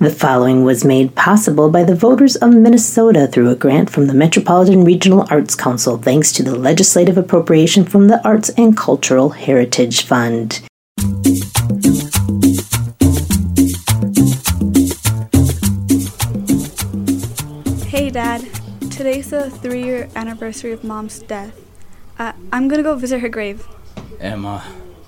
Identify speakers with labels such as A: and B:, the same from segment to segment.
A: The following was made possible by the voters of Minnesota through a grant from the Metropolitan Regional Arts Council thanks to the legislative appropriation from the Arts and Cultural Heritage Fund.
B: Hey, Dad. Today's the three year anniversary of Mom's death. Uh, I'm gonna go visit her grave.
C: Emma,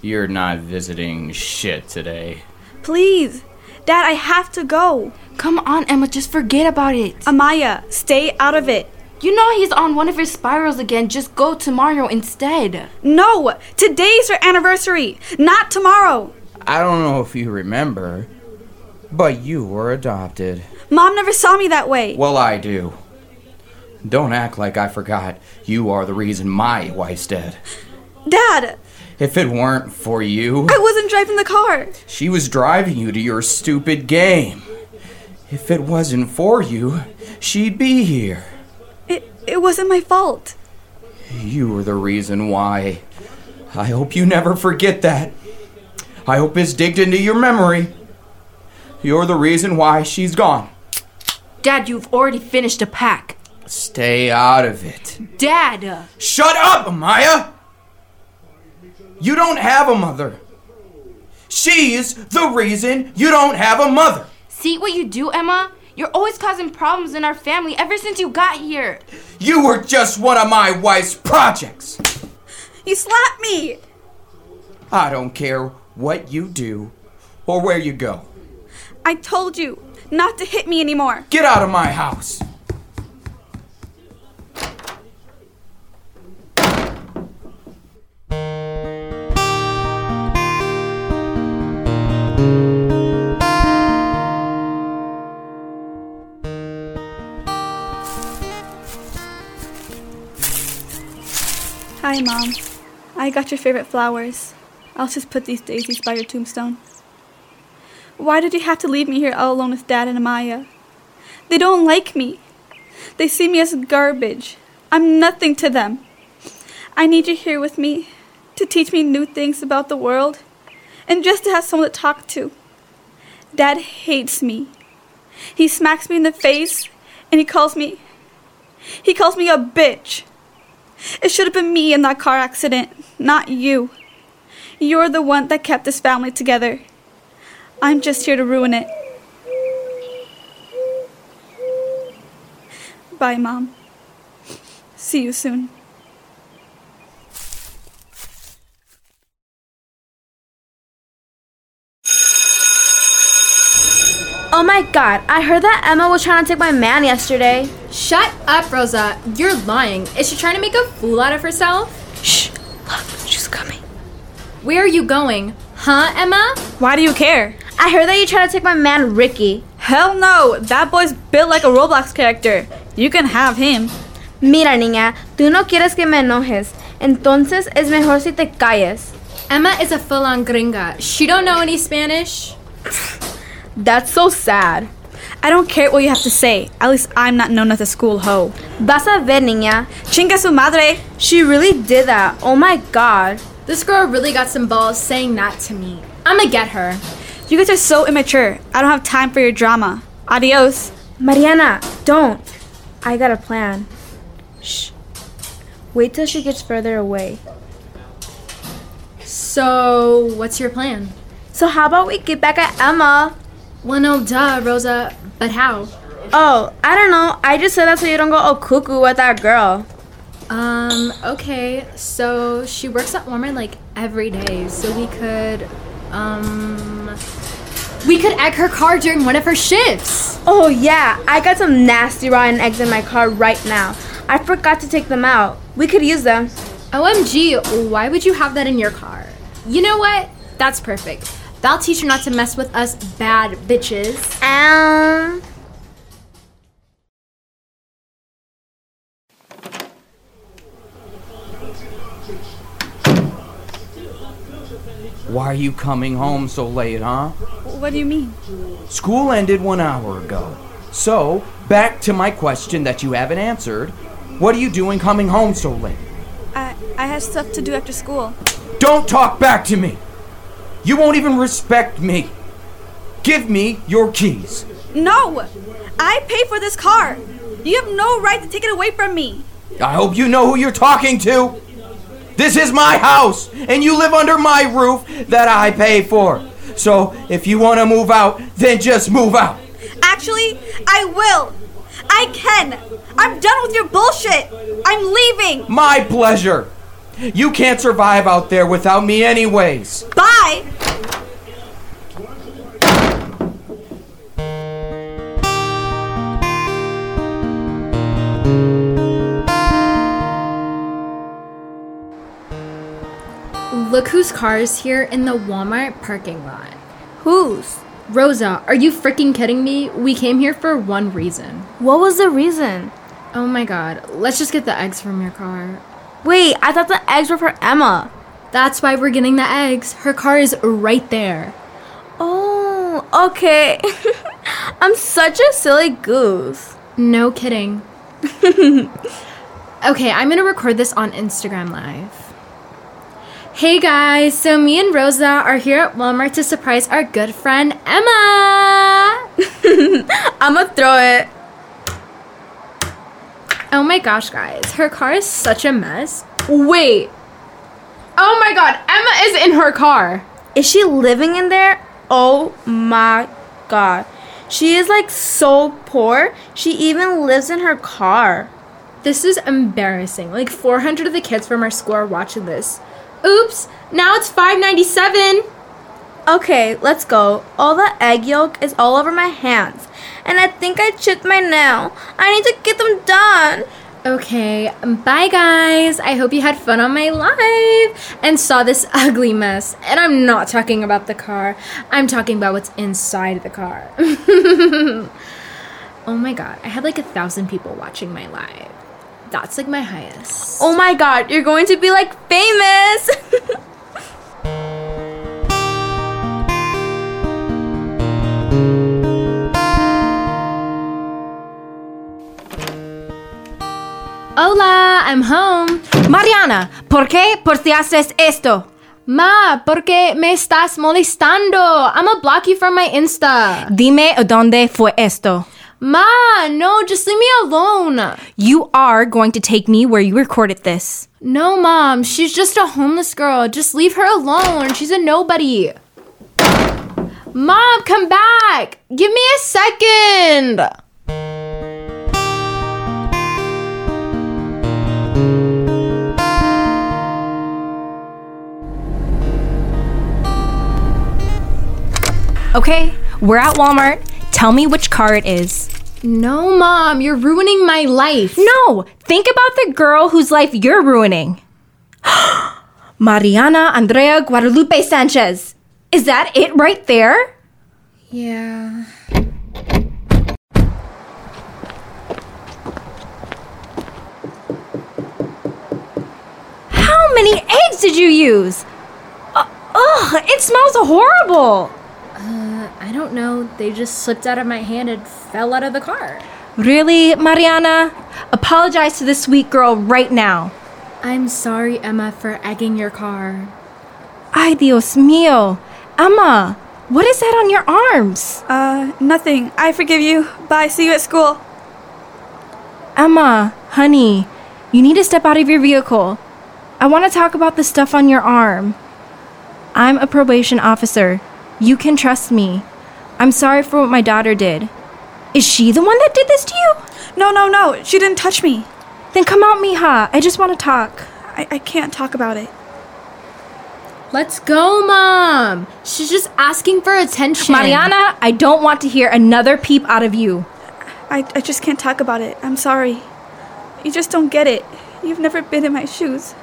C: you're not visiting shit today.
B: Please! Dad, I have to go!
D: Come on, Emma, just forget about it.
B: Amaya, stay out of it!
D: You know he's on one of his spirals again. Just go tomorrow instead.
B: No! Today's her anniversary, not tomorrow!
C: I don't know if you remember, but you were adopted.
B: Mom never saw me that way.
C: Well, I do. Don't act like I forgot. You are the reason my wife's dead.
B: Dad,
C: If it weren't for you,
B: I wasn't driving the car!
C: she was driving you to your stupid game. If it wasn't for you, she'd be here.
B: It, it wasn't my fault.
C: You were the reason why. I hope you never forget that. I hope it's digged into your memory. You're the reason why she's gone.
D: Dad, you've already finished a pack.
C: Stay out of it.
D: Dad!
C: Shut up, Amaya! You don't have a mother. She's the reason you don't have a mother.
D: See what you do, Emma? You're always causing problems in our family ever since you got here.
C: You were just one of my wife's projects.
B: You slapped me!
C: I don't care what you do or where you go.
B: I told you not to hit me anymore.
C: Get out of my house.
B: Hi, Mom. I got your favorite flowers. I'll just put these daisies by your tombstone. Why did you have to leave me here all alone with Dad and Amaya? They don't like me. They see me as garbage. I'm nothing to them. I need you here with me to teach me new things about the world and just to have someone to talk to. Dad hates me. He smacks me in the face and he calls me. He calls me a bitch. It should have been me in that car accident, not you. You're the one that kept this family together. I'm just here to ruin it. Bye, Mom. See you soon.
E: Oh my god, I heard that Emma was trying to take my man yesterday.
F: Shut up, Rosa. You're lying. Is she trying to make a fool out of herself?
E: Shh, look, she's coming.
F: Where are you going? Huh, Emma?
B: Why do you care?
E: I heard that you tried to take my man Ricky.
B: Hell no! That boy's built like a Roblox character. You can have him.
E: Mira, niña, tú no quieres que me enojes. Entonces es mejor si te calles.
F: Emma is a full-on gringa. She don't know any Spanish.
E: That's so sad.
B: I don't care what you have to say. At least I'm not known as a school hoe.
E: Vas a ver, niña.
B: Chinga su madre!
E: She really did that. Oh my god.
F: This girl really got some balls saying that to me. I'ma get her.
B: You guys are so immature. I don't have time for your drama. Adios.
E: Mariana, don't. I got a plan. Shh. Wait till she gets further away.
F: So, what's your plan?
E: So, how about we get back at Emma?
F: Well, no, duh, Rosa. But how?
E: Oh, I don't know. I just said that so you don't go all cuckoo with that girl.
F: Um, okay. So, she works at Walmart like every day. So we could, um... We could egg her car during one of her shifts.
E: Oh yeah, I got some nasty rotten eggs in my car right now. I forgot to take them out. We could use them.
F: OMG, why would you have that in your car? You know what? That's perfect. That'll teach her not to mess with us bad bitches.
E: Um.
C: Why are you coming home so late, huh?
B: What do you mean?
C: School ended one hour ago. So, back to my question that you haven't answered. What are you doing coming home so late?
B: I I have stuff to do after school.
C: Don't talk back to me! You won't even respect me! Give me your keys.
B: No! I paid for this car! You have no right to take it away from me!
C: I hope you know who you're talking to. This is my house, and you live under my roof that I pay for. So if you want to move out, then just move out.
B: Actually, I will! I can! I'm done with your bullshit! I'm leaving!
C: My pleasure. You can't survive out there without me, anyways.
B: Bye!
F: Look whose car is here in the Walmart parking lot.
E: Whose?
F: Rosa, are you freaking kidding me? We came here for one reason.
E: What was the reason?
F: Oh my god, let's just get the eggs from your car.
E: Wait, I thought the eggs were for Emma.
F: That's why we're getting the eggs. Her car is right there.
E: Oh, okay. I'm such a silly goose.
F: No kidding. okay, I'm gonna record this on Instagram Live. Hey guys, so me and Rosa are here at Walmart to surprise our good friend Emma!
E: I'ma throw it.
F: Oh my gosh, guys, her car is such a mess. Wait! Oh my god, Emma is in her car!
E: Is she living in there? Oh my god. She is like so poor. She even lives in her car.
F: This is embarrassing. Like 400 of the kids from our school are watching this. Oops, now it's 597.
E: Okay, let's go. All the egg yolk is all over my hands. And I think I chipped my nail. I need to get them done.
F: Okay, bye guys. I hope you had fun on my live and saw this ugly mess. And I'm not talking about the car. I'm talking about what's inside the car. oh my god, I had like a thousand people watching my live. That's like my highest.
E: Oh my god, you're going to be like famous.
F: Hola, I'm home.
G: Mariana, ¿por qué por si haces esto?
F: Ma, porque me estás molestando? I'ma block you from my Insta.
G: Dime dónde fue esto.
F: Ma, no, just leave me alone.
G: You are going to take me where you recorded this.
F: No, mom, she's just a homeless girl. Just leave her alone. She's a nobody. Mom, come back. Give me a second.
G: Okay, we're at Walmart. Tell me which car it is.
F: No, mom, you're ruining my life.
G: No, think about the girl whose life you're ruining. Mariana Andrea Guadalupe Sanchez. Is that it right there?
F: Yeah.
G: How many eggs did you use? Uh, ugh, it smells horrible.
F: I don't know. They just slipped out of my hand and fell out of the car.
G: Really, Mariana? Apologize to this sweet girl right now.
F: I'm sorry, Emma, for egging your car.
G: Ay, Dios mío. Emma, what is that on your arms?
B: Uh, nothing. I forgive you. Bye. See you at school.
G: Emma, honey, you need to step out of your vehicle. I want to talk about the stuff on your arm. I'm a probation officer. You can trust me. I'm sorry for what my daughter did. Is she the one that did this to you?
B: No, no, no. She didn't touch me.
G: Then come out, mija. I just want to talk.
B: I, I can't talk about it.
F: Let's go, mom. She's just asking for attention.
G: Mariana, I don't want to hear another peep out of you.
B: I, I just can't talk about it. I'm sorry. You just don't get it. You've never been in my shoes.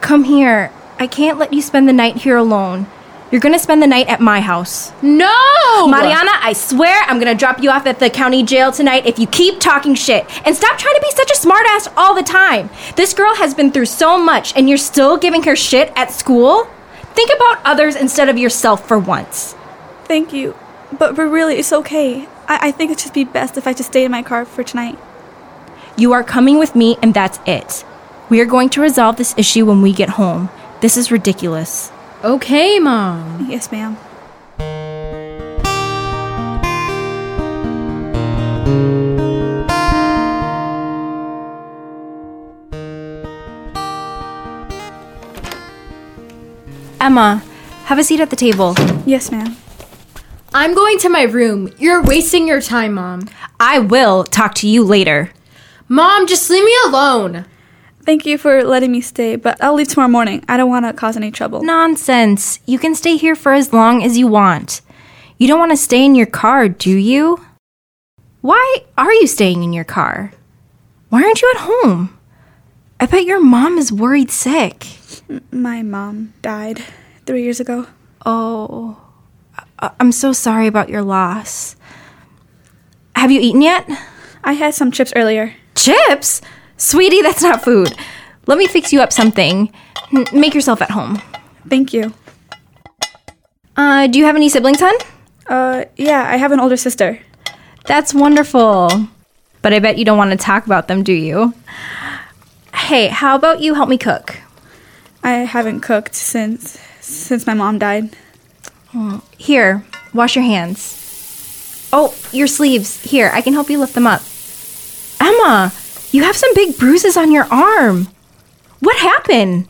G: Come here. I can't let you spend the night here alone. You're gonna spend the night at my house.
F: No!
G: Mariana, I swear I'm gonna drop you off at the county jail tonight if you keep talking shit. And stop trying to be such a smartass all the time. This girl has been through so much and you're still giving her shit at school? Think about others instead of yourself for once.
B: Thank you. But, but really, it's okay. I, I think it'd just be best if I just stay in my car for tonight.
G: You are coming with me and that's it. We are going to resolve this issue when we get home. This is ridiculous.
F: Okay, mom.
B: Yes, ma'am.
G: Emma, have a seat at the table.
E: Yes, ma'am.
F: I'm going to my room. You're wasting your time, Mom.
G: I will talk to you later.
F: Mom, just leave me alone.
E: Thank you for letting me stay, but I'll leave tomorrow morning. I don't want to cause any trouble.
G: Nonsense. You can stay here for as long as you want. You don't want to stay in your car, do you? Why are you staying in your car? Why aren't you at home? I bet your mom is worried sick.
E: My mom died three years ago.
G: Oh, I- I'm so sorry about your loss. Have you eaten yet?
E: I had some chips earlier.
G: Chips? Sweetie, that's not food. Let me fix you up something. N- Make yourself at home.
E: Thank you.
G: Uh, do you have any siblings, hun?
E: Uh, yeah, I have an older sister.
G: That's wonderful. But I bet you don't want to talk about them, do you? Hey, how about you help me cook?
E: I haven't cooked since since my mom died.
G: Here, wash your hands. Oh, your sleeves. Here, I can help you lift them up. Emma, you have some big bruises on your arm. What happened?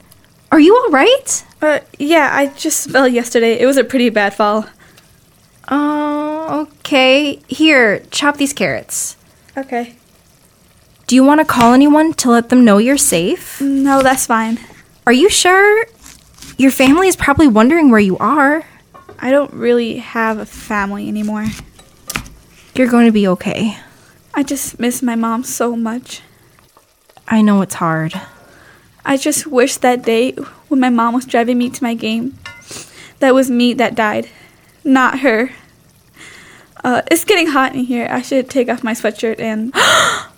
G: Are you all right?
E: Uh, yeah, I just fell yesterday. It was a pretty bad fall.
G: Oh, okay. Here, chop these carrots.
E: Okay.
G: Do you want to call anyone to let them know you're safe?
E: No, that's fine.
G: Are you sure? Your family is probably wondering where you are.
E: I don't really have a family anymore.
G: You're going to be okay.
E: I just miss my mom so much.
G: I know it's hard.
E: I just wish that day when my mom was driving me to my game, that was me that died, not her. Uh, it's getting hot in here. I should take off my sweatshirt and.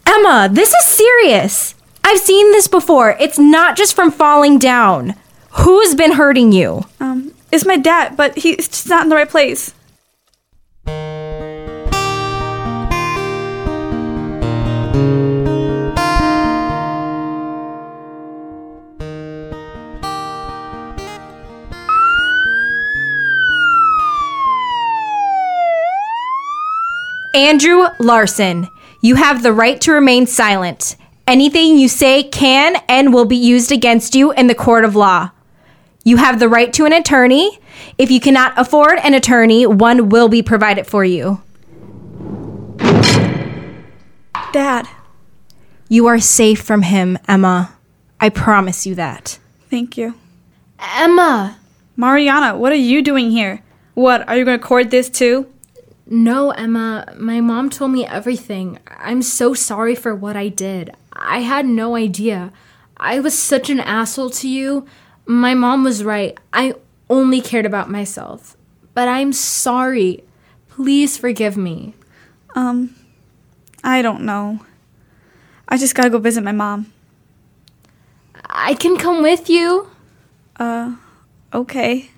G: Emma, this is serious. I've seen this before. It's not just from falling down. Who's been hurting you?
E: Um, it's my dad, but he's just not in the right place.
G: Andrew Larson, you have the right to remain silent. Anything you say can and will be used against you in the court of law. You have the right to an attorney. If you cannot afford an attorney, one will be provided for you.
E: Dad,
G: You are safe from him, Emma. I promise you that.
E: thank you.
F: Emma.
H: Mariana, what are you doing here? What, are you gonna record this too?
F: No, Emma. My mom told me everything. I'm so sorry for what I did. I had no idea. I was such an asshole to you. My mom was right. I only cared about myself. But I'm sorry. Please forgive me.
E: Um, I don't know. I just gotta go visit my mom.
F: I can come with you.
E: Uh, okay.